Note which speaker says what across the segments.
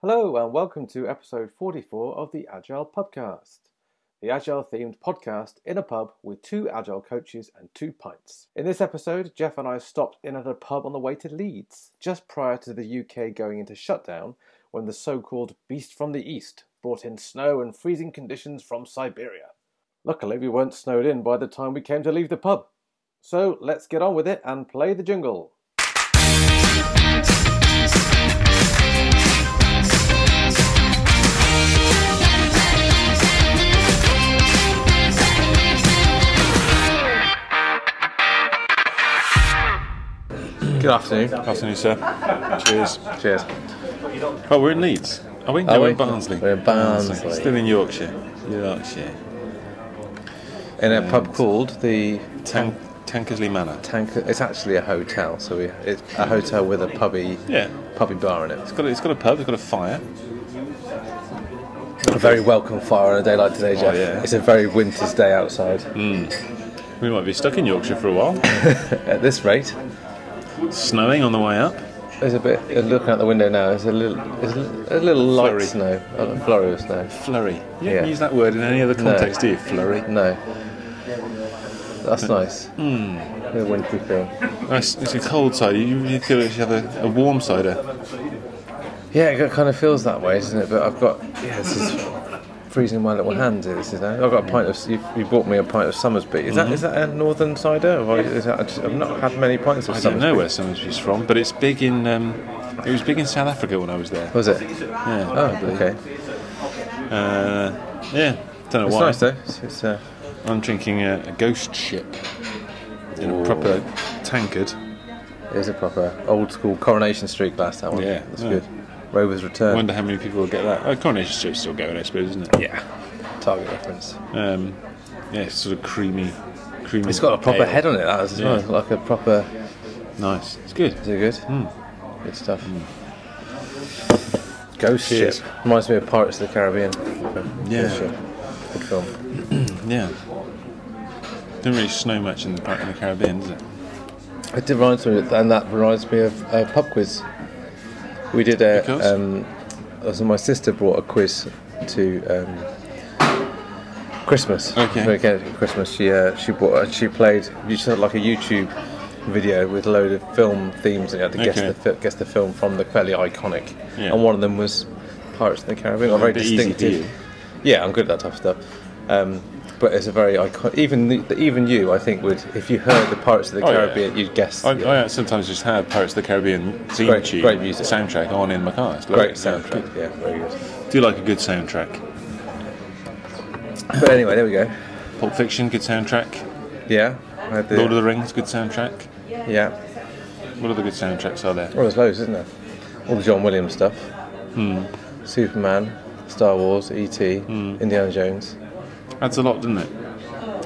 Speaker 1: Hello, and welcome to episode 44 of the Agile Pubcast, the Agile themed podcast in a pub with two Agile coaches and two pints. In this episode, Jeff and I stopped in at a pub on the way to Leeds, just prior to the UK going into shutdown when the so called Beast from the East brought in snow and freezing conditions from Siberia. Luckily, we weren't snowed in by the time we came to leave the pub. So let's get on with it and play the jingle. Good afternoon.
Speaker 2: Afternoon, sir. Cheers.
Speaker 1: Cheers.
Speaker 2: Oh, we're in Leeds. Are we? No,
Speaker 1: Are
Speaker 2: we're
Speaker 1: we?
Speaker 2: in Barnsley.
Speaker 1: We're in Barnsley.
Speaker 2: Still in Yorkshire. Yorkshire.
Speaker 1: In a pub called the
Speaker 2: Tan- Tankersley Manor.
Speaker 1: Tank. It's actually a hotel, so we, it's a hotel with a pubby,
Speaker 2: Yeah.
Speaker 1: pubby bar in it.
Speaker 2: It's got, a, it's got a pub, it's got a fire.
Speaker 1: A very welcome fire on a day like today, Jeff.
Speaker 2: Oh, yeah.
Speaker 1: It's a very winter's day outside.
Speaker 2: We might be stuck in Yorkshire for a while.
Speaker 1: At this rate,
Speaker 2: Snowing on the way up.
Speaker 1: there's a bit. uh, Looking out the window now, there's a little, there's a little, a little light
Speaker 2: Flurry.
Speaker 1: snow, a little flurry of snow.
Speaker 2: Flurry. You
Speaker 1: Yeah.
Speaker 2: don't use that word in any other context, do you? Flurry.
Speaker 1: No, that's nice.
Speaker 2: Hmm.
Speaker 1: The wintry feel.
Speaker 2: Oh, it's, it's a cold cider. You, you feel you should have a, a warm cider.
Speaker 1: Yeah, it kind of feels that way, doesn't it? But I've got yeah, this is freezing my little hand. here, This is now. I've got a pint of you, you bought me a pint of Somersby. Is that is that a northern cider? Or is that, I just- I've not had many pints of
Speaker 2: I don't
Speaker 1: Somersby.
Speaker 2: know where Somersby's from, but it's big in. Um, it was big in South Africa when I was there.
Speaker 1: Was it?
Speaker 2: Yeah.
Speaker 1: Oh,
Speaker 2: probably.
Speaker 1: okay.
Speaker 2: Uh, yeah. Don't know
Speaker 1: It's
Speaker 2: why.
Speaker 1: nice though. It's, it's, uh,
Speaker 2: I'm drinking a, a ghost ship in a
Speaker 1: Ooh.
Speaker 2: proper tankard.
Speaker 1: it is a proper old school Coronation Street glass. That one.
Speaker 2: Yeah,
Speaker 1: that's
Speaker 2: yeah.
Speaker 1: good. Rover's
Speaker 2: I
Speaker 1: Return.
Speaker 2: wonder how many people will get that. Oh, Coronation Street's still going, I suppose, isn't it?
Speaker 1: Yeah. Target reference.
Speaker 2: Um, yeah, it's sort of creamy, creamy.
Speaker 1: It's got a proper
Speaker 2: ale.
Speaker 1: head on it. That is as well.
Speaker 2: Yeah.
Speaker 1: Like a proper.
Speaker 2: Nice. It's good.
Speaker 1: Is it good? Good stuff. Ghost
Speaker 2: Cheers.
Speaker 1: ship reminds me of Pirates of the Caribbean.
Speaker 2: Yeah.
Speaker 1: Ghost Ship. Good film.
Speaker 2: Yeah. Didn't really snow much in the, Car- in the Caribbean, does it?
Speaker 1: It reminds me, of, and that reminds me of a pub quiz. We did a.
Speaker 2: Because?
Speaker 1: Um, so my sister brought a quiz to um, Christmas.
Speaker 2: Okay.
Speaker 1: We get it at Christmas. She uh, she brought she played. You saw like a YouTube video with a load of film themes, and you had to guess
Speaker 2: Okay.
Speaker 1: the fi- guess the film from the fairly iconic.
Speaker 2: Yeah.
Speaker 1: And one of them was Pirates of the Caribbean. Got very
Speaker 2: bit easy for
Speaker 1: distinctive.
Speaker 2: you.
Speaker 1: Yeah, I'm good at that type of stuff. Um, but it's a very iconic. Even the, even you, I think, would if you heard the Pirates of the
Speaker 2: Oh, yeah.
Speaker 1: Caribbean, you'd guess.
Speaker 2: I,
Speaker 1: yeah.
Speaker 2: I sometimes just have Pirates of the Caribbean theme
Speaker 1: Great-
Speaker 2: tune,
Speaker 1: great music.
Speaker 2: soundtrack on in my car. It's lovely.
Speaker 1: Great soundtrack. Yeah, very good.
Speaker 2: Yeah, Do like a good soundtrack.
Speaker 1: But anyway, there we go.
Speaker 2: Pulp Fiction, good soundtrack.
Speaker 1: Yeah. I had the-
Speaker 2: Lord of the Rings, good soundtrack.
Speaker 1: yeah.
Speaker 2: What other good soundtracks are there?
Speaker 1: Well, there's loads, isn't there? All the John Williams stuff.
Speaker 2: Hmm.
Speaker 1: Superman, Star Wars, E.T., Indiana Jones.
Speaker 2: That's a lot, doesn't it?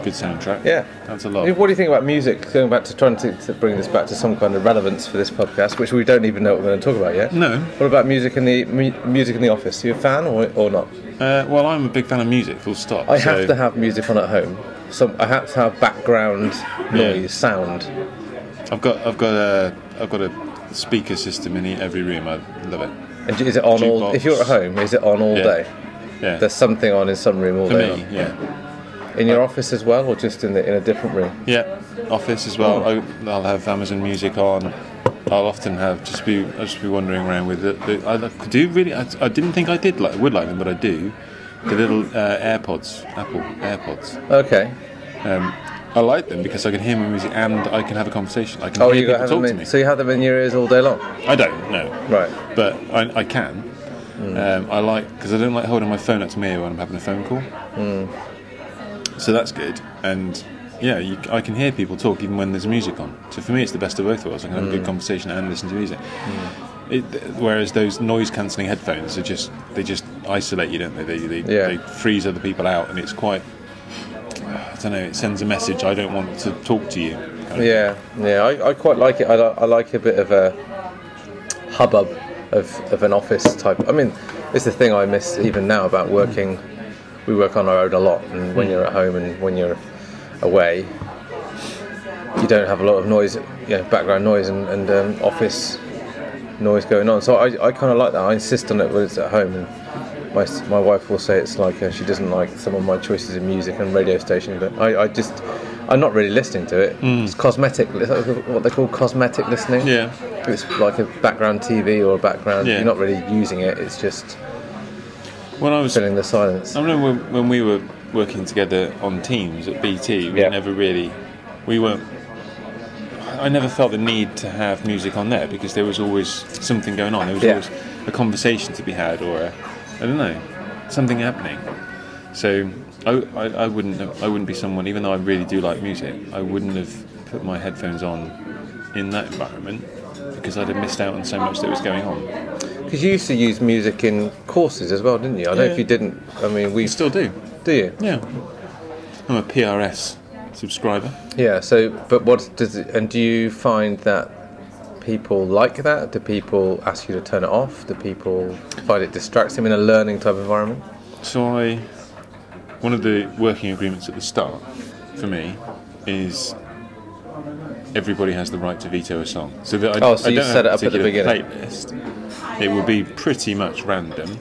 Speaker 2: Good soundtrack.
Speaker 1: Yeah.
Speaker 2: That's a
Speaker 1: I
Speaker 2: lot.
Speaker 1: mean, What do you think about music? Going back to trying to, to bring this back to some kind of relevance for this podcast, which we don't even know what we're going to talk about yet.
Speaker 2: No.
Speaker 1: What about music in the mu- music in the office? Are you a fan or, or not?
Speaker 2: Uh, well, I'm a big fan of music, full stop.
Speaker 1: I
Speaker 2: so-
Speaker 1: have to have music on at home. So I have to have background
Speaker 2: Yeah.
Speaker 1: noise, sound.
Speaker 2: I've got, I've got a, I've got a speaker system in every room. I love it.
Speaker 1: And is it on all?
Speaker 2: Jukebox.
Speaker 1: If you're at home, is it on all
Speaker 2: Yeah.
Speaker 1: day?
Speaker 2: Yeah.
Speaker 1: There's something on in some room all
Speaker 2: for
Speaker 1: day.
Speaker 2: me, yeah,
Speaker 1: long. In your office as well, or just in the, in a different room?
Speaker 2: yeah. Office as well. I, I'll have Amazon Music on. I'll often have just be, I'll just be wandering around with it. The- I like- do really. I, I didn't think I did like, would like them, but I do. The little uh, AirPods, Apple AirPods.
Speaker 1: Okay.
Speaker 2: Um, I like them because I can hear my music and I can have a conversation. I can
Speaker 1: Oh,
Speaker 2: hear
Speaker 1: you got
Speaker 2: people
Speaker 1: have them
Speaker 2: talk to
Speaker 1: in,
Speaker 2: me.
Speaker 1: so you have them in your ears all day long.
Speaker 2: I don't know.
Speaker 1: Right.
Speaker 2: but I, I can. Um, I like because I don't like holding my phone up to me when I'm having a phone call. So that's good, and yeah, you, I can hear people talk even when there's music on. So for me, it's the best of both worlds. I can have a good conversation and listen to music. It, th- whereas those noise-cancelling headphones are just they just isolate you, don't they? They they,
Speaker 1: Yeah.
Speaker 2: they freeze other people out, and it's quite. I don't know. It sends a message. I don't want to talk to you. kind of
Speaker 1: Yeah, yeah. I, I quite like it. I, li- I like a bit of a hubbub of, of an office type. I mean, it's the thing I miss even now about working. We work on our own a lot, and when you're at home and when you're away, you don't have a lot of noise, you know, background noise, and, and um, office noise going on. So I, I kind of like that. I insist on it when it's at home. And my, s- my wife will say it's like uh, she doesn't like some of my choices in music and radio station, but I, I just, I'm not really listening to it. It's cosmetic, li- what they call cosmetic listening.
Speaker 2: Yeah.
Speaker 1: It's like a background TV or a background.
Speaker 2: Yeah.
Speaker 1: You're not really using it, it's just
Speaker 2: When I was
Speaker 1: filling the silence.
Speaker 2: I remember when- when we were working together on teams at BT, we
Speaker 1: Yeah.
Speaker 2: never really, we weren't. I never felt the need to have music on there because there was always something going on. There was
Speaker 1: Yeah.
Speaker 2: always a conversation to be had, or a, I don't know, something happening. So I, I, I wouldn't, have, I wouldn't be someone, even though I really do like music, I wouldn't have put my headphones on in that environment because I'd have missed out on so much that was going on.
Speaker 1: Because you used to use music in courses as well, didn't you? I don't know
Speaker 2: Yeah.
Speaker 1: if you didn't. I mean, we.
Speaker 2: Still do,
Speaker 1: Do you?
Speaker 2: yeah. I'm a PRS subscriber.
Speaker 1: Yeah. So, but what does it, and do you find that people like that? Do people ask you to turn it off? Do people find it distracts them in a learning type environment?
Speaker 2: So I, one of the working agreements at the start for me is everybody has the right to veto a song. So that I,
Speaker 1: Oh, so
Speaker 2: I
Speaker 1: you
Speaker 2: don't
Speaker 1: set
Speaker 2: have a
Speaker 1: it up at the
Speaker 2: particular
Speaker 1: beginning.
Speaker 2: Playlist. It will be pretty much random,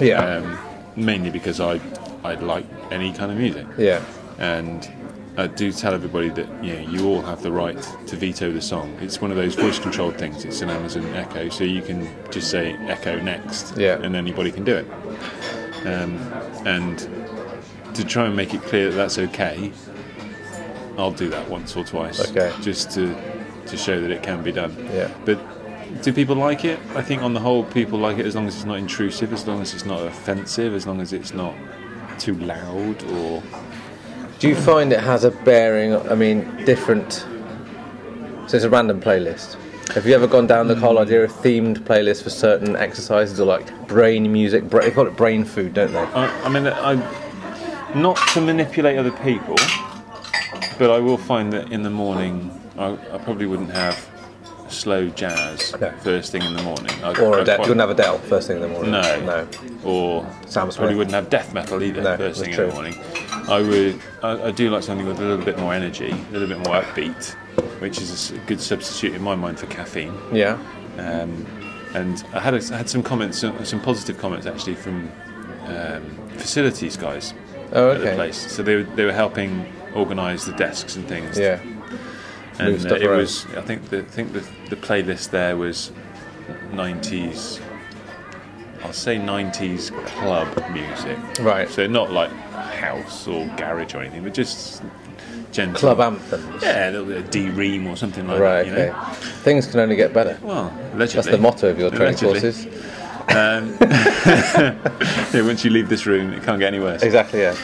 Speaker 1: Yeah.
Speaker 2: um, mainly because I I like any kind of music,
Speaker 1: yeah.
Speaker 2: and I do tell everybody that yeah you all have the right to veto the song. It's one of those voice controlled things. It's an Amazon Echo, so you can just say Echo next,
Speaker 1: Yeah.
Speaker 2: and anybody can do it. Um, and to try and make it clear that that's okay, I'll do that once or twice.
Speaker 1: Okay.
Speaker 2: Just to to show that it can be done.
Speaker 1: Yeah.
Speaker 2: But do people like it? I think on the whole, people like it as long as it's not intrusive, as long as it's not offensive, as long as it's not too loud or
Speaker 1: Do you find it has a bearing? I mean, different. So it's a random playlist. Have you ever gone down the whole idea of themed playlists for certain exercises or like brain music? Bra- they call it brain food, don't they?
Speaker 2: I, I mean, I not to manipulate other people, but I will find that in the morning, I, I probably wouldn't have slow jazz
Speaker 1: No.
Speaker 2: first thing in the morning.
Speaker 1: Or
Speaker 2: I, I
Speaker 1: Adele.
Speaker 2: quite-
Speaker 1: You wouldn't have Adele first thing in the morning.
Speaker 2: no,
Speaker 1: No.
Speaker 2: or
Speaker 1: Sam Smith.
Speaker 2: probably wouldn't have death metal either
Speaker 1: No,
Speaker 2: first thing
Speaker 1: that's
Speaker 2: in
Speaker 1: true.
Speaker 2: the morning. I would. I, I do like something with a little bit more energy, a little bit more upbeat, which is a s- good substitute in my mind for caffeine.
Speaker 1: Yeah.
Speaker 2: Um, and I had, a, had some comments, some, some positive comments actually from um, facilities guys
Speaker 1: Oh,
Speaker 2: at the
Speaker 1: okay.
Speaker 2: place. So they, were- they were helping organise the desks and things.
Speaker 1: Yeah.
Speaker 2: and uh,
Speaker 1: move stuff
Speaker 2: it
Speaker 1: around.
Speaker 2: was. I think the I think the, the playlist there was 90s. I'll say 90s club music.
Speaker 1: Right.
Speaker 2: So not like house or garage or anything, but just gentle
Speaker 1: Club anthems.
Speaker 2: Yeah, a little bit of D Ream or something like
Speaker 1: Right.
Speaker 2: that. You
Speaker 1: okay.
Speaker 2: know?
Speaker 1: Things can only get better.
Speaker 2: Well,
Speaker 1: That's
Speaker 2: allegedly.
Speaker 1: the motto of your training
Speaker 2: Allegedly.
Speaker 1: courses.
Speaker 2: Yeah, once you leave this room, it can't get any worse.
Speaker 1: Exactly. Yeah.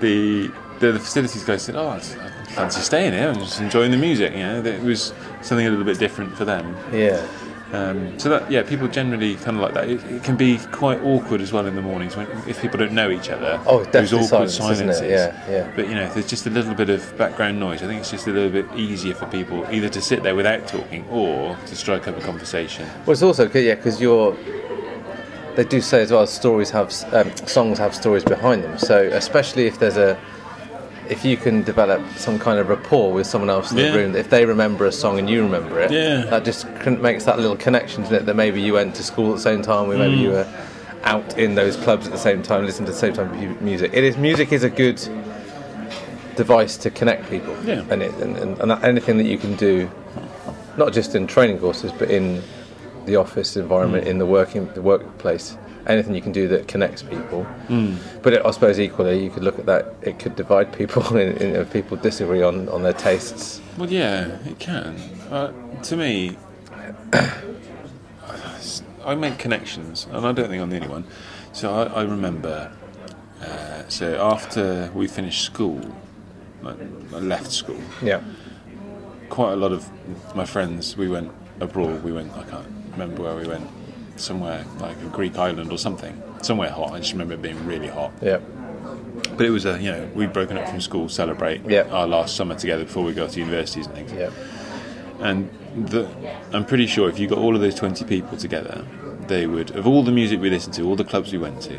Speaker 2: The, the the facilities guy said, "Oh, I just- I fancy staying here and just enjoying the music." You know, that it was something a little bit different for them.
Speaker 1: Yeah.
Speaker 2: Um, so that yeah, people generally kind of like that. It, it can be quite awkward as well in the mornings when if people don't know each other.
Speaker 1: Oh, it's
Speaker 2: those
Speaker 1: deathly
Speaker 2: awkward
Speaker 1: silence, isn't it?
Speaker 2: silences.
Speaker 1: Yeah, yeah.
Speaker 2: But you know, if there's just a little bit of background noise, I think it's just a little bit easier for people either to sit there without talking or to strike up a conversation.
Speaker 1: Well, it's also good. Yeah, because you're. They do say as well, stories have s- um, songs have stories behind them. So especially if there's a, if you can develop some kind of rapport with someone else in
Speaker 2: Yeah.
Speaker 1: the room, if they remember a song and you remember it,
Speaker 2: Yeah.
Speaker 1: that just con- makes that little connection to it. That maybe you went to school at the same time, or maybe
Speaker 2: Mm.
Speaker 1: you were out in those clubs at the same time, listening to the same type of mu- music. It is music is a good device to connect people,
Speaker 2: Yeah.
Speaker 1: and, it, and, and, and anything that you can do not just in training courses, but in the office environment,
Speaker 2: Hmm.
Speaker 1: in the working the workplace. Anything you can do that connects people,
Speaker 2: Hmm.
Speaker 1: but it, I suppose equally you could look at that. It could divide people, in, in, if people disagree on, on their tastes.
Speaker 2: Well, yeah, it can. Uh, to me, I make connections, and I don't think I'm the only one. So I, I remember. Uh, so after we finished school, like, I left school.
Speaker 1: Yeah,
Speaker 2: Quite a lot of my friends, we went abroad. We went. I can't remember where we went. Somewhere like a Greek island or something. Somewhere hot. I just remember it being really hot.
Speaker 1: yeah,
Speaker 2: But it was a you know we'd broken up from school, celebrate
Speaker 1: Yeah.
Speaker 2: our last summer together before we got to universities and things.
Speaker 1: yeah,
Speaker 2: And the, I'm pretty sure if you got all of those 20 people together, they would, of all the music we listened to, all the clubs we went to,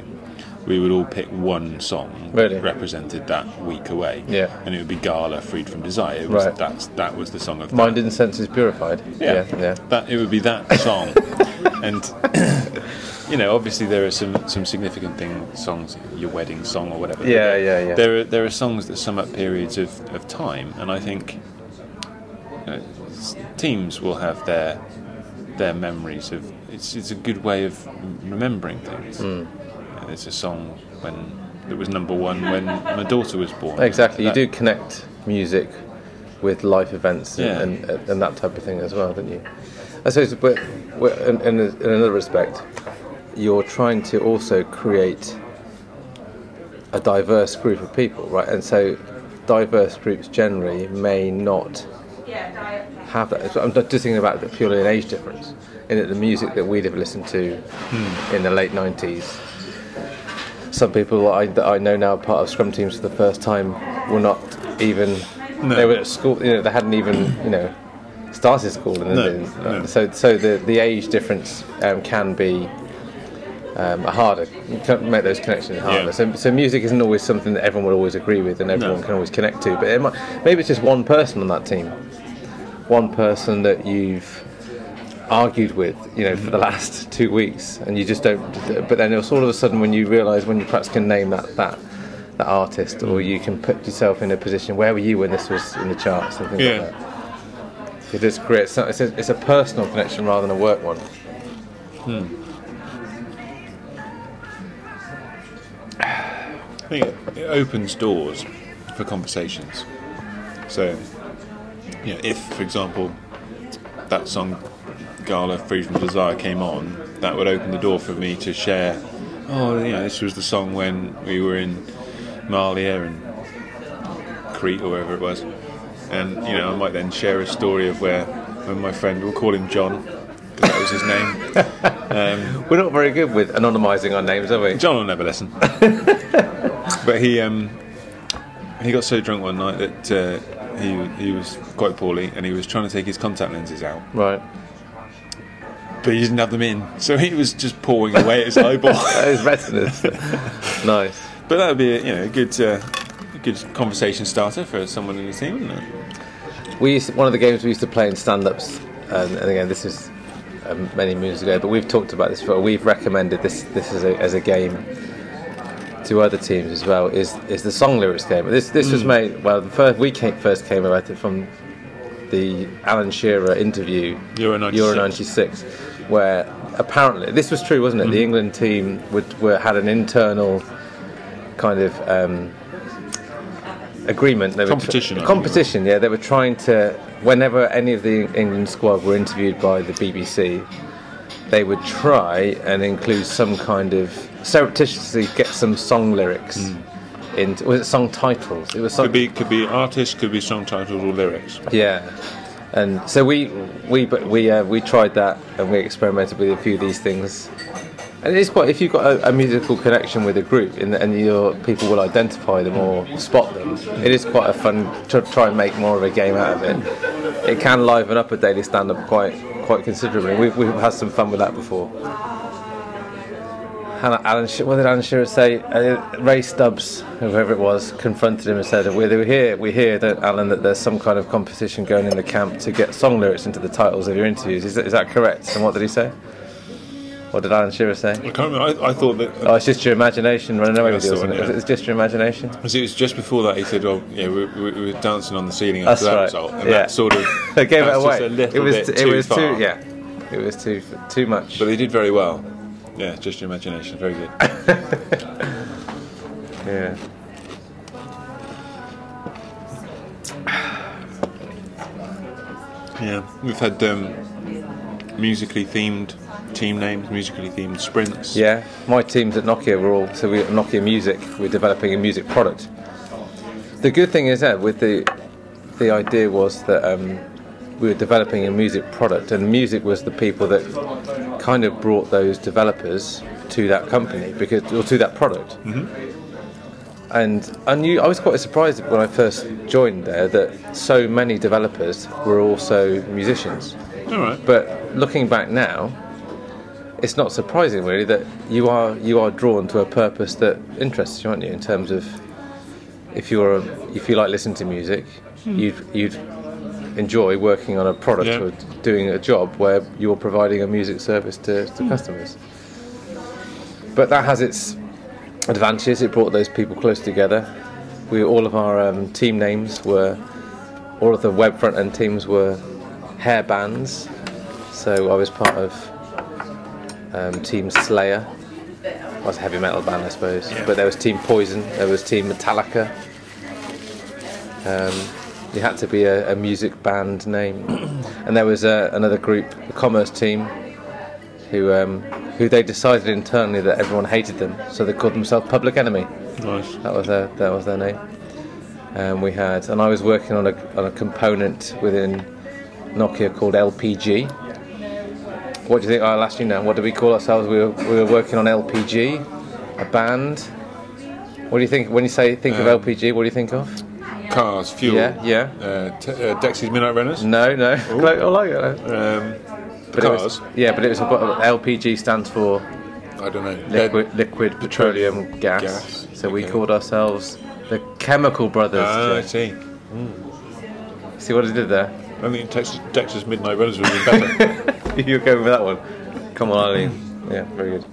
Speaker 2: we would all pick one song
Speaker 1: Really?
Speaker 2: that represented that week away.
Speaker 1: Yeah.
Speaker 2: And it would be Gala, Freed from Desire. It was,
Speaker 1: Right.
Speaker 2: That's, that was the song of that.
Speaker 1: Mind and senses purified.
Speaker 2: Yeah,
Speaker 1: yeah. yeah.
Speaker 2: That it would be that song, and you know, obviously there are some some significant thing songs, your wedding song or whatever.
Speaker 1: Yeah, yeah, yeah.
Speaker 2: There are there are songs that sum up periods of of time, and I think you know, s- teams will have their their memories of. It's it's a good way of m- remembering things.
Speaker 1: Hmm.
Speaker 2: You know, there's a song when. that was number one when my daughter was born.
Speaker 1: Exactly. You
Speaker 2: That-
Speaker 1: do connect music with life events
Speaker 2: Yeah.
Speaker 1: and, and, and that type of thing as well, don't you? I suppose, but but in, in, in another respect, you're trying to also create a diverse group of people, right? And so, diverse groups generally may not have that. So I'm just thinking about it purely an age difference. In that the music that we'd have listened to
Speaker 2: Hmm.
Speaker 1: in the late 90s some people that I, that I know now are part of scrum teams for the first time were not even they were at school you know they hadn't even you know started school in the
Speaker 2: No,
Speaker 1: days.
Speaker 2: no.
Speaker 1: so so the the age difference um, can be um, harder you can make those connections harder
Speaker 2: Yeah.
Speaker 1: so, so music isn't always something that everyone will always agree with and everyone
Speaker 2: No.
Speaker 1: can always connect to but it might, maybe it's just one person on that team one person that you've argued with, you know, for the last two weeks, and you just don't. But then it's all of a sudden when you realise when you perhaps can name that that that artist, or you can put yourself in a position where were you when this was in the charts and things
Speaker 2: Yeah.
Speaker 1: like that. It just creates some- it's a, it's a personal connection rather than a work one.
Speaker 2: I think it, it opens doors for conversations. So, you know, if, for example, that song Gala Free from Desire came on, that would open the door for me to share, oh, you know, this was the song when we were in Malia and Crete or wherever it was. And, you know, I might then share a story of where when my friend, we'll call him John, because that was his name.
Speaker 1: We're not very good with anonymising our names, are we?
Speaker 2: John will never listen. but he um, he got so drunk one night that uh, he he was quite poorly, and he was trying to take his contact lenses out,
Speaker 1: Right.
Speaker 2: but he didn't have them in, so he was just pouring away at his eyeball.
Speaker 1: That is resonance. nice.
Speaker 2: but that would be a, you know a good. Uh, a Good conversation starter for someone in the team, wouldn't it?
Speaker 1: We used one of the games we used to play in stand-ups, um, and again, this is um, many moons ago. But we've talked about this before. We've recommended this this as a, as a game to other teams as well. Is is the song lyrics game? This this was made well. The first we came, first came about it from the Alan Shearer interview.
Speaker 2: Euro 96.
Speaker 1: Euro 96, where apparently this was true, wasn't it? The England team would were, had an internal kind of. Um, agreement. They were tr-
Speaker 2: Competition, I think it was.
Speaker 1: competition. Yeah, they were trying to. Whenever any of the England squad were interviewed by the BBC, they would try and include some kind of surreptitiously get some song lyrics. Into, was it song titles? It was some,
Speaker 2: Mm. Could be, could be artist, could be song titles or lyrics.
Speaker 1: yeah, and so we we but we uh, we tried that and we experimented with a few of these things. And it's quite if you've got a, a musical connection with a group and, and your people will identify them or spot them. It is quite a fun to try and make more of a game out of it. It can liven up a daily stand up quite quite considerably. We've, we've had some fun with that before. Hannah Alan, She- what did Alan Shearer say? Uh, Ray Stubbs, whoever it was, confronted him and said, "We we hear, we hear that Alan, that there's some kind of competition going in the camp to get song lyrics into the titles of your interviews. Is that, is that correct?" And what did he say? What did Alan Shearer say?
Speaker 2: I can't remember. I, I thought that
Speaker 1: Oh, it's just your imagination running away with you,
Speaker 2: That's the
Speaker 1: isn't it?
Speaker 2: one, yeah.
Speaker 1: It's just your imagination.
Speaker 2: Because it was just before that he said, "Oh, yeah, we, we, we were dancing on the ceiling
Speaker 1: That's
Speaker 2: after that
Speaker 1: right,
Speaker 2: result," and
Speaker 1: yeah.
Speaker 2: that sort of
Speaker 1: They gave it
Speaker 2: that's
Speaker 1: away.
Speaker 2: Just a little
Speaker 1: it was,
Speaker 2: bit
Speaker 1: it
Speaker 2: too
Speaker 1: was
Speaker 2: far.
Speaker 1: too, yeah, it was too, too much.
Speaker 2: But they did very well. Yeah, just your imagination. Very good.
Speaker 1: Yeah.
Speaker 2: yeah, we've had um, musically themed team names, musically themed sprints.
Speaker 1: Yeah, my teams at Nokia were all so we at Nokia Music. We're developing a music product. The good thing is that with the the idea was that um, we were developing a music product, and music was the people that kind of brought those developers to that company because or to that product. And I knew I was quite surprised when I first joined there that so many developers were also musicians.
Speaker 2: All right.
Speaker 1: But looking back now, it's not surprising really that you are you are drawn to a purpose that interests you, aren't you? In terms of if you're a, if you like listening to music, you'd you'd enjoy working on a product
Speaker 2: Yeah.
Speaker 1: or doing a job where you're providing a music service to, to customers. But that has its advantages. It brought those people close together. We all of our um, team names were all of the web front end teams were hair bands. So I was part of um, Team Slayer. Well, was a heavy metal band, I suppose. But there was Team Poison. There was Team Metallica. Um, you had to be a, a music band name, and there was uh, another group, the Commerce Team, who um, who they decided internally that everyone hated them, so they called themselves Public Enemy.
Speaker 2: Nice.
Speaker 1: That was their that was their name. And we had, and I was working on a on a component within Nokia called LPG. What do you think? I'll ask you now. What do we call ourselves? We were, we were working on LPG, a band. What do you think when you say think of LPG? What do you think of?
Speaker 2: Cars, fuel.
Speaker 1: Um, Yeah, yeah.
Speaker 2: Uh, t- uh, Dexy's Midnight Runners.
Speaker 1: No, no. Like, I like it.
Speaker 2: Um,
Speaker 1: But it was,
Speaker 2: cars.
Speaker 1: yeah, but it was about LPG stands for
Speaker 2: I don't know. They're-
Speaker 1: liquid, liquid petroleum gas.
Speaker 2: gas,
Speaker 1: So we
Speaker 2: okay.
Speaker 1: called ourselves the Chemical Brothers.
Speaker 2: Ah, I
Speaker 1: Jay.
Speaker 2: see. Ah.
Speaker 1: See what I did there?
Speaker 2: I think Texas, Dexter's Midnight Runners would have been better.
Speaker 1: You're going with that one. Come on, Eileen. Yeah, very good.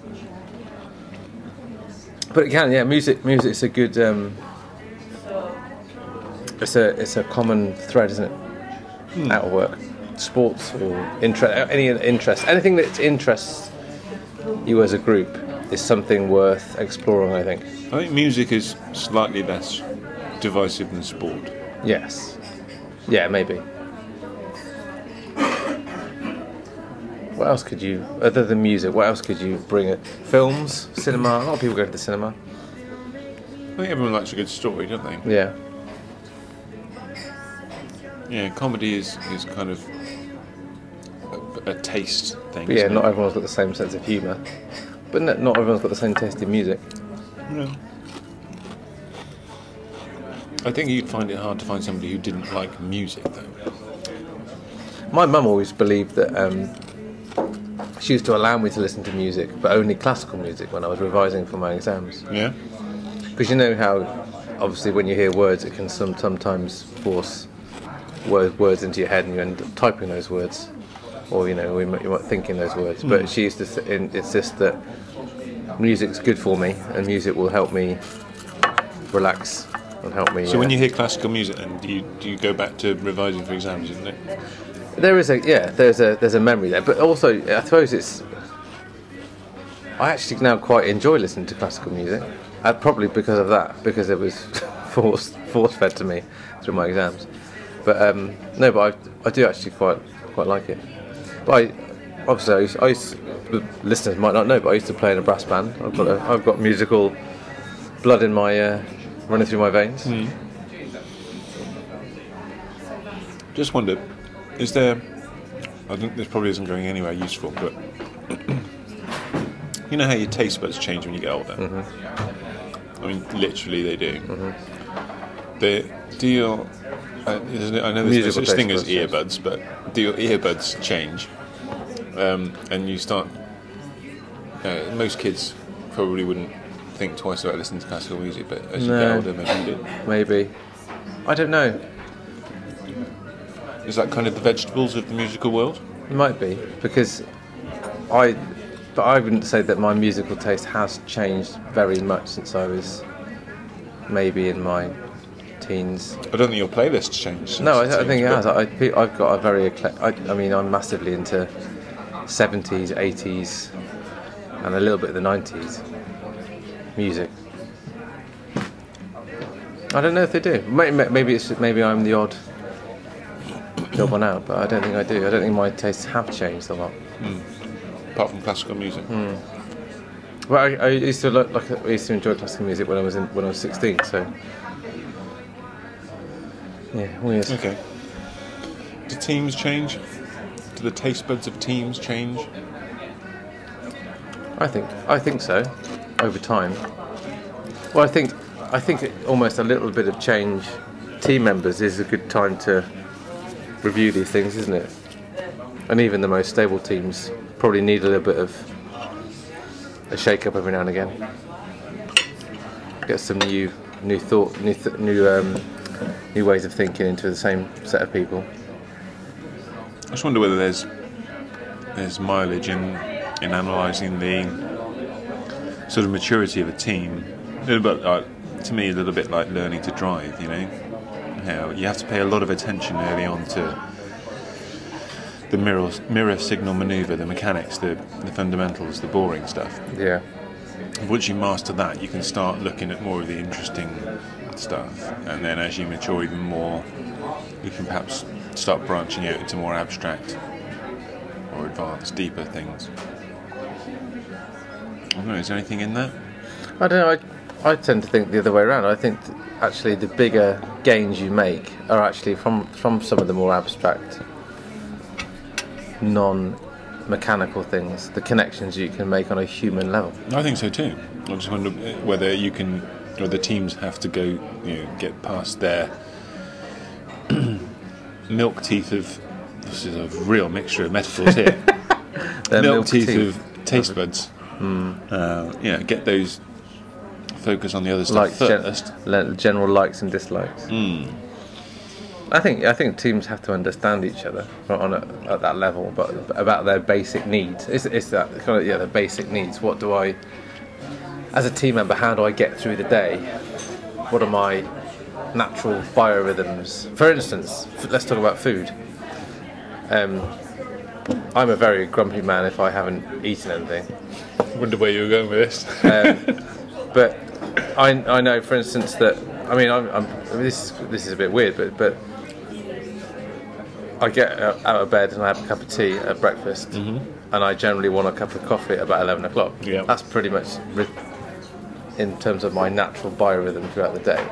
Speaker 1: But it can, yeah. Music, music's a good. Um, it's a it's a common thread, isn't it? Out of work, sports or interest, any interest, anything that interests you as a group is something worth exploring. I think.
Speaker 2: I think music is slightly less divisive than sport.
Speaker 1: Yes. Yeah, maybe. What else could you, other than music, what else could you bring it? Films, cinema, a lot of people go to the cinema.
Speaker 2: I think everyone likes a good story, don't they?
Speaker 1: Yeah.
Speaker 2: Yeah, comedy is, is kind of a, a taste thing.
Speaker 1: But yeah,
Speaker 2: isn't
Speaker 1: not
Speaker 2: it?
Speaker 1: everyone's got the same sense of humour. But no, not everyone's got the same taste in music.
Speaker 2: No. I think you'd find it hard to find somebody who didn't like music, though.
Speaker 1: My mum always believed that um, she used to allow me to listen to music, but only classical music when I was revising for my exams.
Speaker 2: Yeah?
Speaker 1: Because you know how, obviously, when you hear words, it can some, sometimes force word, words into your head, and you end up typing those words, or you know, we, might- you might think in those words.
Speaker 2: Hmm.
Speaker 1: But she used to s- in- insist that music's good for me, and music will help me relax and help me. uh,
Speaker 2: So when you hear classical music, then do you, do you go back to revising for exams, isn't it?
Speaker 1: there is a yeah, there's a there's a memory there, but also I suppose it's. I actually now quite enjoy listening to classical music, uh, probably because of that, because it was forced force fed to me through my exams. But um, no, but I, I do actually quite quite like it. But I, obviously, I used, I used the listeners might not know, but I used to play in a brass band. I've got a, I've got musical blood in my uh, running through my veins.
Speaker 2: Just wondered, is there? I think this probably isn't going anywhere useful, but you know how your taste buds change when you get older.
Speaker 1: Mm-hmm.
Speaker 2: I mean, literally, they do. They do your. I, there's no- I know there's no
Speaker 1: Musical
Speaker 2: such
Speaker 1: taste
Speaker 2: thing as
Speaker 1: buds change.
Speaker 2: earbuds, but do your earbuds change? Um, and you start. Uh, most kids probably wouldn't think twice about listening to classical music, but as you
Speaker 1: No.
Speaker 2: get older, maybe you do.
Speaker 1: Maybe I don't know.
Speaker 2: Is that kind of the vegetables of the musical world?
Speaker 1: It might be because I, but I wouldn't say that my musical taste has changed very much since I was maybe in my teens.
Speaker 2: I don't think your playlist's changed.
Speaker 1: No,
Speaker 2: since
Speaker 1: I, I
Speaker 2: teens,
Speaker 1: think it
Speaker 2: but-
Speaker 1: has. I, pe- I've got a very eclectic. I, I mean, I'm massively into 70s, 80s, and a little bit of the 90s music. I don't know if they do. May- may- Maybe it's maybe I'm the odd job one out, but I don't think I do. I don't think my tastes have changed a lot.
Speaker 2: Apart from classical music.
Speaker 1: Hmm. Well, I, I used to look, like I used to enjoy classical music when I was in, when I was sixteen. So yeah, weird.
Speaker 2: Okay. Do teams change? Do the taste buds of teams change?
Speaker 1: I think I think so. Over time. Well, I think I think it, almost a little bit of change. Team members is a good time to review these things, isn't it? And even the most stable teams probably need a little bit of a shake up every now and again. Get some new new thought, new th- new um, new ways of thinking into the same set of people.
Speaker 2: I just wonder whether there's there's mileage in in analysing the sort of maturity of a team. Uh, But uh, to me, a little bit like learning to drive. You know, how you have to pay a lot of attention early on to the mirror mirror signal manoeuvre, the mechanics, the the fundamentals, the boring stuff.
Speaker 1: Yeah,
Speaker 2: Once you master that, you can start looking at more of the interesting stuff, and then as you mature even more, you can perhaps start branching out into more abstract or advanced, deeper things. I don't know, is there anything in that?
Speaker 1: I don't know. I, I tend to think the other way around. I think th- actually the bigger gains you make are actually from from some of the more abstract, non-mechanical things. The connections you can make on a human level.
Speaker 2: I think so too. I just wonder uh, whether you can, or the teams have to go, you know, get past their milk teeth of. This is a real mixture of metaphors here.
Speaker 1: They're
Speaker 2: milk,
Speaker 1: milk Hmm.
Speaker 2: teeth,
Speaker 1: teeth.
Speaker 2: of taste buds. Uh, yeah, get those. Focus on the other stuff
Speaker 1: like
Speaker 2: first.
Speaker 1: gen- le- general likes and dislikes. I think I think teams have to understand each other on a, at that level, but about their basic needs. It's, it's that kind of yeah, the basic needs. What do I, as a team member, how do I get through the day? What are my natural biorhythms? For instance, f- let's talk about food. Um, I'm a very grumpy man if I haven't eaten anything.
Speaker 2: Wonder where you were going with this.
Speaker 1: But I, I know, for instance, that I mean, I'm, I'm, I mean, this is this is a bit weird, but but I get uh, out of bed and I have a cup of tea at breakfast, and I generally want a cup of coffee at about eleven o'clock.
Speaker 2: Mm-hmm. Yeah.
Speaker 1: that's pretty much ri- in terms of my natural biorhythm throughout the day.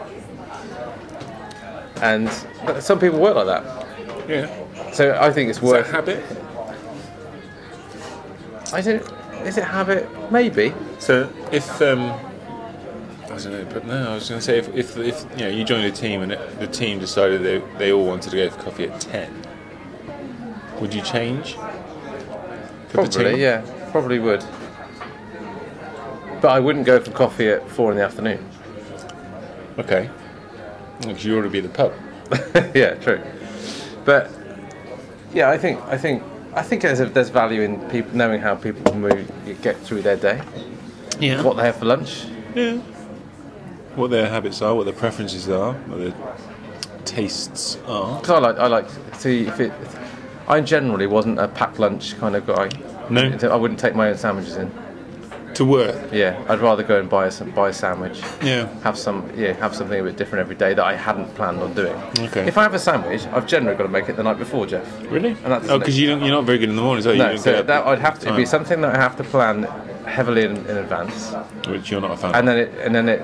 Speaker 1: And but some people work like that,
Speaker 2: yeah,
Speaker 1: so I think it's
Speaker 2: is that
Speaker 1: worth.
Speaker 2: habit?
Speaker 1: I don't. Is it habit? Maybe.
Speaker 2: So if um, I don't know, but no, I was going to say if, if if you know you joined a team and it, the team decided they they all wanted to go for coffee at ten, would you change? For the team?
Speaker 1: Probably, yeah. Probably would. But I wouldn't go for coffee at four in the afternoon.
Speaker 2: Okay. Because you ought to be at the pub.
Speaker 1: yeah, true. But yeah, I think I think I think there's, there's value in people knowing how people move, get through their day,
Speaker 2: Yeah.
Speaker 1: what they have for lunch.
Speaker 2: Yeah. What their habits are, what their preferences are, what their tastes are.
Speaker 1: Because I like I like see if it. I generally wasn't a packed lunch kind of guy.
Speaker 2: No.
Speaker 1: I wouldn't take my own sandwiches in.
Speaker 2: To work.
Speaker 1: Yeah, I'd rather go and buy a, s- buy a sandwich.
Speaker 2: Yeah.
Speaker 1: Have some yeah, have something a bit different every day that I hadn't planned on doing.
Speaker 2: Okay.
Speaker 1: If I have a sandwich, I've generally got to make it the night before, Jeff.
Speaker 2: Really?
Speaker 1: And that's
Speaker 2: oh, because you don't, you're not very good in the mornings, are you? you
Speaker 1: No,
Speaker 2: don't get
Speaker 1: so
Speaker 2: up
Speaker 1: that I'd have to it'd be
Speaker 2: time,
Speaker 1: something that I have to plan heavily in, in advance,
Speaker 2: Which you're not a fan
Speaker 1: and
Speaker 2: of.
Speaker 1: then it and then it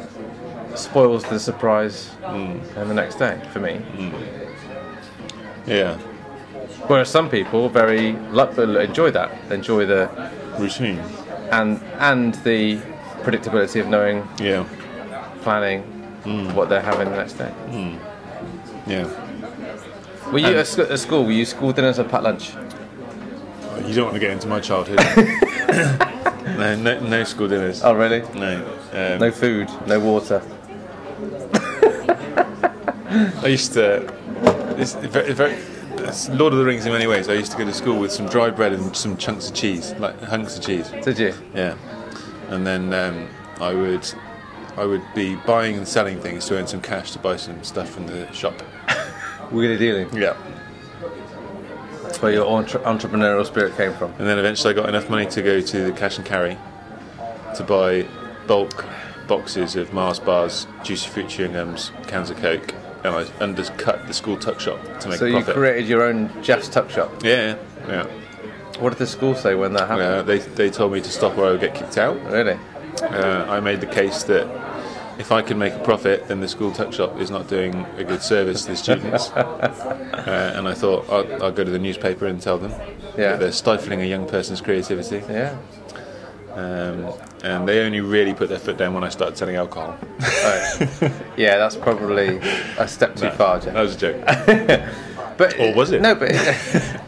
Speaker 1: spoils the surprise and the next day for me.
Speaker 2: Yeah.
Speaker 1: Whereas some people very lo- enjoy that, enjoy the
Speaker 2: Routine.
Speaker 1: and and the predictability of knowing
Speaker 2: Yeah.
Speaker 1: planning what they're having the next day.
Speaker 2: Yeah.
Speaker 1: Were you at, sc- at school? Were you school dinners or packed lunch?
Speaker 2: You don't want to get into my childhood. no, no, no school dinners.
Speaker 1: Oh really?
Speaker 2: No. Um,
Speaker 1: No food, no water.
Speaker 2: I used to. It's very, very, it's Lord of the Rings in many ways. I used to go to school with some dry bread and some chunks of cheese, like hunks of cheese.
Speaker 1: Did you?
Speaker 2: Yeah, and then um, I would, I would be buying and selling things to earn some cash to buy some stuff from the shop.
Speaker 1: Wheelie dealing.
Speaker 2: Yeah,
Speaker 1: That's where your entre- entrepreneurial spirit came from.
Speaker 2: and then eventually I got enough money to go to the cash and carry to buy bulk boxes of Mars bars, juicy fruit chewing gums, cans of Coke, and I undercut the school tuck shop to make
Speaker 1: So
Speaker 2: a
Speaker 1: you
Speaker 2: profit.
Speaker 1: created your own Jeff's Tuck Shop.
Speaker 2: yeah, yeah. yeah.
Speaker 1: What did the school say when that happened?
Speaker 2: Uh, they, they told me to stop or I would get kicked out.
Speaker 1: Really?
Speaker 2: Uh, I made the case that if I can make a profit, then the school tuck shop is not doing a good service to the students. uh, and I thought I'll, I'll go to the newspaper and tell them
Speaker 1: Yeah.
Speaker 2: that they're stifling a young person's creativity.
Speaker 1: Yeah.
Speaker 2: Um, and they only really put their foot down when I started selling alcohol.
Speaker 1: Yeah, that's probably a step too far, Jeff.
Speaker 2: That was a joke.
Speaker 1: But
Speaker 2: Or was it?
Speaker 1: No, but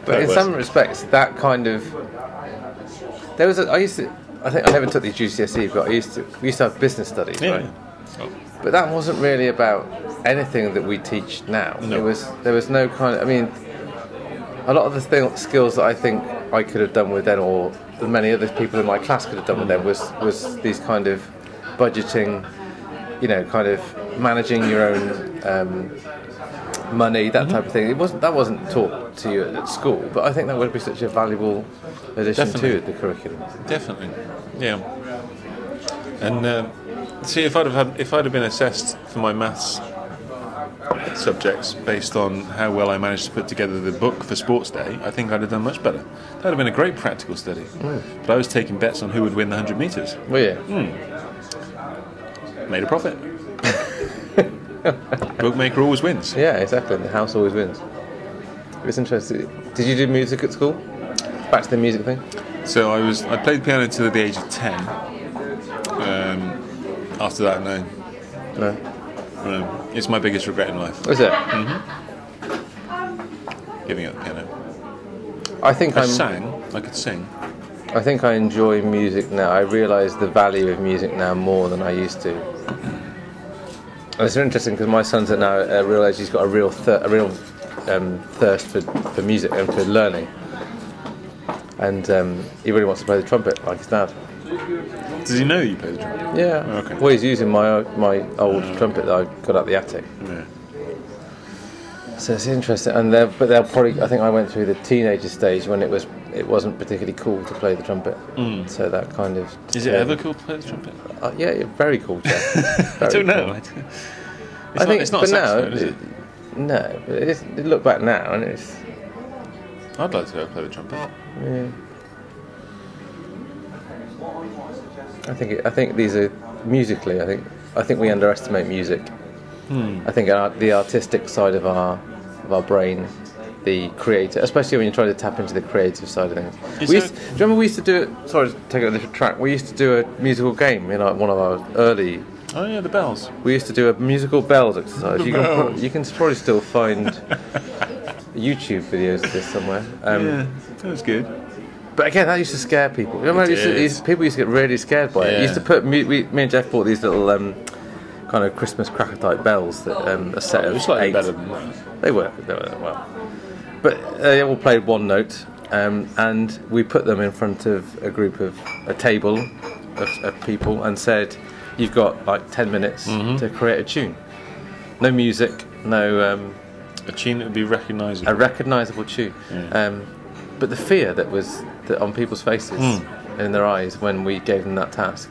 Speaker 1: but in
Speaker 2: was.
Speaker 1: some respects, that kind of there was. A, I used to I think I never took the GCSE, E, but I used to. We used to have business studies, right? But that wasn't really about anything that we teach now.
Speaker 2: No.
Speaker 1: It was there was no kind. Of, I mean, a lot of the thing, skills that I think I could have done with then, or that many other people in my class could have done with then, was was these kind of budgeting, you know, kind of managing your own um, money, that
Speaker 2: Mm-hmm.
Speaker 1: type of thing. It wasn't that wasn't taught to you at school, but I think that would be such a valuable addition
Speaker 2: Definitely.
Speaker 1: to the curriculum.
Speaker 2: Definitely, yeah. And uh, see, if I'd have had, if I'd have been assessed for my maths subjects based on how well I managed to put together the book for Sports Day, I think I'd have done much better. That'd have been a great practical study. But I was taking bets on who would win the hundred meters.
Speaker 1: Well, yeah.
Speaker 2: Made a profit. Bookmaker always wins.
Speaker 1: Yeah, exactly. The house always wins. It's interesting. Did you do music at school? Back to the music thing.
Speaker 2: So I was I played piano till the age of ten. Um, after that, no,
Speaker 1: No.
Speaker 2: no, it's my biggest regret in life,
Speaker 1: Was it?
Speaker 2: giving up the piano.
Speaker 1: I think
Speaker 2: I
Speaker 1: I'm.
Speaker 2: sang, I could sing.
Speaker 1: I think I enjoy music now. I realise the value of music now more than I used to. And it's interesting because my son's at now uh, realised he's got a real thir- a real um, thirst for, for music and for learning, and um, he really wants to play the trumpet like his dad.
Speaker 2: Does he know you play the trumpet?
Speaker 1: Yeah.
Speaker 2: Okay.
Speaker 1: Well, he's using my my old trumpet that I got out the attic.
Speaker 2: No.
Speaker 1: So it's interesting, and they're, but they'll probably. I think I went through the teenager stage when it was it wasn't particularly cool to play the trumpet. So that kind of
Speaker 2: Mm. Is it ever cool to play the trumpet?
Speaker 1: Uh, yeah, yeah, very cool. Jeff.
Speaker 2: I
Speaker 1: Very
Speaker 2: don't
Speaker 1: cool.
Speaker 2: know. It's
Speaker 1: I
Speaker 2: not,
Speaker 1: think,
Speaker 2: it's not a
Speaker 1: but now,
Speaker 2: saxophone, is it?
Speaker 1: no. But it's, you look back now, and it's
Speaker 2: I'd like to go play the trumpet.
Speaker 1: I think it, I think these are musically. I think I think we underestimate music.
Speaker 2: Hmm.
Speaker 1: I think our, the artistic side of our of our brain, the creative, especially when you're trying to tap into the creative side of things.
Speaker 2: Is
Speaker 1: we
Speaker 2: there-
Speaker 1: used to, do you remember we used to do it? Sorry, to take a different track. We used to do a musical game in like one of our early.
Speaker 2: Oh yeah, the bells.
Speaker 1: We used to do a musical bells exercise. You can, pro-
Speaker 2: bells.
Speaker 1: you can probably still find YouTube videos of this somewhere. Um,
Speaker 2: Yeah, that was good.
Speaker 1: but again, that used to scare people. You remember,
Speaker 2: It
Speaker 1: it used to,
Speaker 2: did.
Speaker 1: used people used to get really scared by it.
Speaker 2: Yeah.
Speaker 1: Used to put me, we, me and Jeff bought these little um, kind of Christmas cracker type bells that um, a set
Speaker 2: It
Speaker 1: of
Speaker 2: was slightly
Speaker 1: eight.
Speaker 2: better than that.
Speaker 1: They were they were well, but uh, they all played one note, um, and we put them in front of a group of a table of, of people and said, "You've got like ten minutes
Speaker 2: Mm-hmm.
Speaker 1: to create a tune. No music, no." Um,
Speaker 2: A tune that would be recognisable.
Speaker 1: a recognisable tune. Um, but the fear that was that on people's faces and in their eyes when we gave them that task.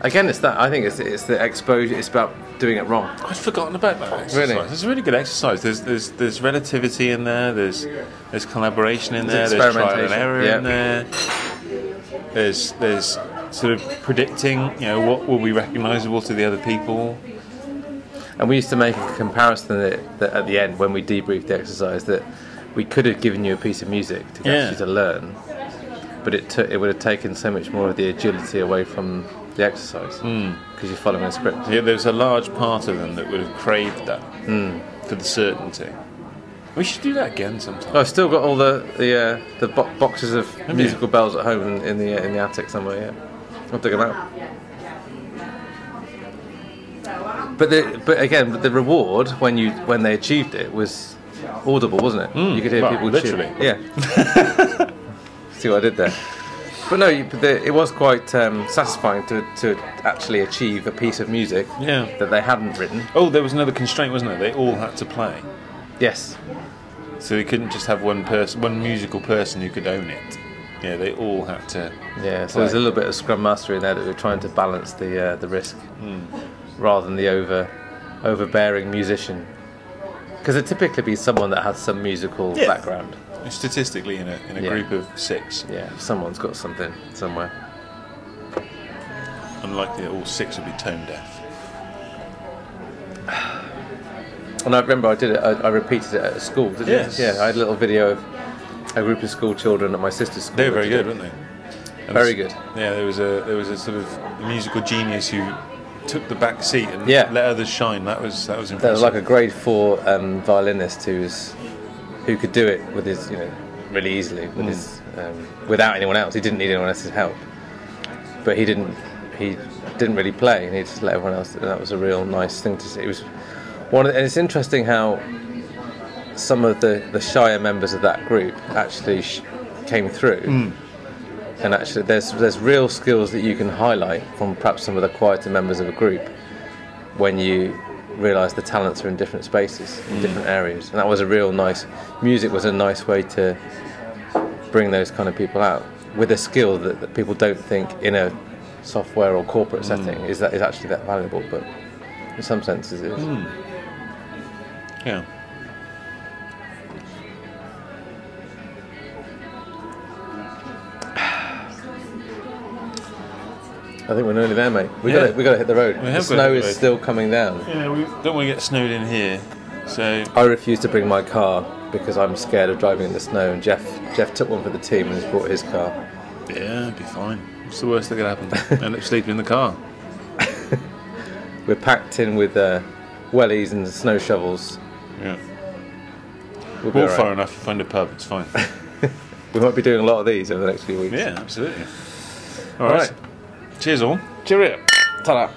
Speaker 1: Again, it's that. I think it's it's the exposure. It's about doing it wrong.
Speaker 2: I'd forgotten about that exercise.
Speaker 1: Really?
Speaker 2: It's a really good exercise. There's, there's, there's relativity in there, there's, there's collaboration in
Speaker 1: There's
Speaker 2: there, there's trial and
Speaker 1: experimentation,
Speaker 2: error
Speaker 1: yeah.
Speaker 2: in there, there's, there's sort of predicting, you know, what will be recognisable to the other people.
Speaker 1: And we used to make a comparison that, that at the end when we debriefed the exercise that we could have given you a piece of music to get
Speaker 2: Yeah.
Speaker 1: you to learn, but it took it would have taken so much more of the agility away from the exercise because you're following a script.
Speaker 2: Yeah, there's a large part of them that would have craved that
Speaker 1: Hmm.
Speaker 2: for the certainty. We should do that again sometime.
Speaker 1: Oh, I've still got all the the, uh, the bo- boxes of musical bells at home in, in the uh, in the attic somewhere. Yeah, I'll dig them out. But the, but again, but the reward when you when they achieved it was audible, wasn't it? you could hear
Speaker 2: Hmm.
Speaker 1: people
Speaker 2: well, literally.
Speaker 1: Cheer. Yeah. See what I did there. But no, you, but the, it was quite um, satisfying to, to actually achieve a piece of music
Speaker 2: Yeah.
Speaker 1: that they hadn't written.
Speaker 2: Oh, there was another constraint, wasn't there? They all had to play.
Speaker 1: Yes,
Speaker 2: So they couldn't just have one person, one musical person who could own it. Yeah, they all had to.
Speaker 1: Yeah, so there's a little bit of scrum mastery in there that we're trying to balance the uh, the risk
Speaker 2: Hmm.
Speaker 1: rather than the over overbearing musician. Because it'd typically be someone that has some musical
Speaker 2: Yeah.
Speaker 1: background.
Speaker 2: Statistically, in a, in a
Speaker 1: Yeah.
Speaker 2: group of six,
Speaker 1: Yeah, someone's got something somewhere.
Speaker 2: unlikely that all six would be tone deaf.
Speaker 1: And I remember I did it. I, I repeated it at school. Didn't
Speaker 2: Yes.
Speaker 1: I? Yeah, I had a little video of a group of school children at my sister's school.
Speaker 2: They were
Speaker 1: that
Speaker 2: very
Speaker 1: did
Speaker 2: good,
Speaker 1: it.
Speaker 2: weren't they? And
Speaker 1: Very
Speaker 2: s-
Speaker 1: good.
Speaker 2: Yeah, there was a there was a sort of musical genius who took the back seat and
Speaker 1: Yeah.
Speaker 2: let others shine. That was that was
Speaker 1: There was
Speaker 2: impressive.
Speaker 1: like a grade four um, violinist who's who could do it with his, you know, really easily with his um, without anyone else. He didn't need anyone else's help. but he didn't he didn't really play and he just let everyone else and that was a real nice thing to see it was one of the, and it's interesting how some of the the shyer members of that group actually sh- came through and actually there's there's real skills that you can highlight from perhaps some of the quieter members of a group when you realize the talents are in different spaces
Speaker 2: Mm.
Speaker 1: in different areas and that was a real nice music was a nice way to bring those kind of people out with a skill that, that people don't think in a software or corporate
Speaker 2: Mm.
Speaker 1: setting is that is actually that valuable but in some senses it is.
Speaker 2: Mm. Yeah.
Speaker 1: I think we're nearly there mate we got
Speaker 2: Yeah.
Speaker 1: got we got to hit the road
Speaker 2: We
Speaker 1: the
Speaker 2: have got to hit
Speaker 1: snow
Speaker 2: the
Speaker 1: is
Speaker 2: road.
Speaker 1: still coming down
Speaker 2: Yeah, we don't want to get snowed in here. So
Speaker 1: I refuse to bring my car because I'm scared of driving in the snow. And Jeff, Jeff took one for the team and has brought his car.
Speaker 2: yeah, it'd be fine. What's the worst that could happen? End up sleeping in the car.
Speaker 1: We're packed in with uh, wellies and snow shovels.
Speaker 2: Yeah.
Speaker 1: We'll be all
Speaker 2: Walk
Speaker 1: right.
Speaker 2: far enough, you find a pub. It's fine.
Speaker 1: We might be doing a lot of these over the next few weeks.
Speaker 2: yeah, absolutely.
Speaker 1: All
Speaker 2: all right.
Speaker 1: right.
Speaker 2: Cheers, all.
Speaker 1: Cheerio. ta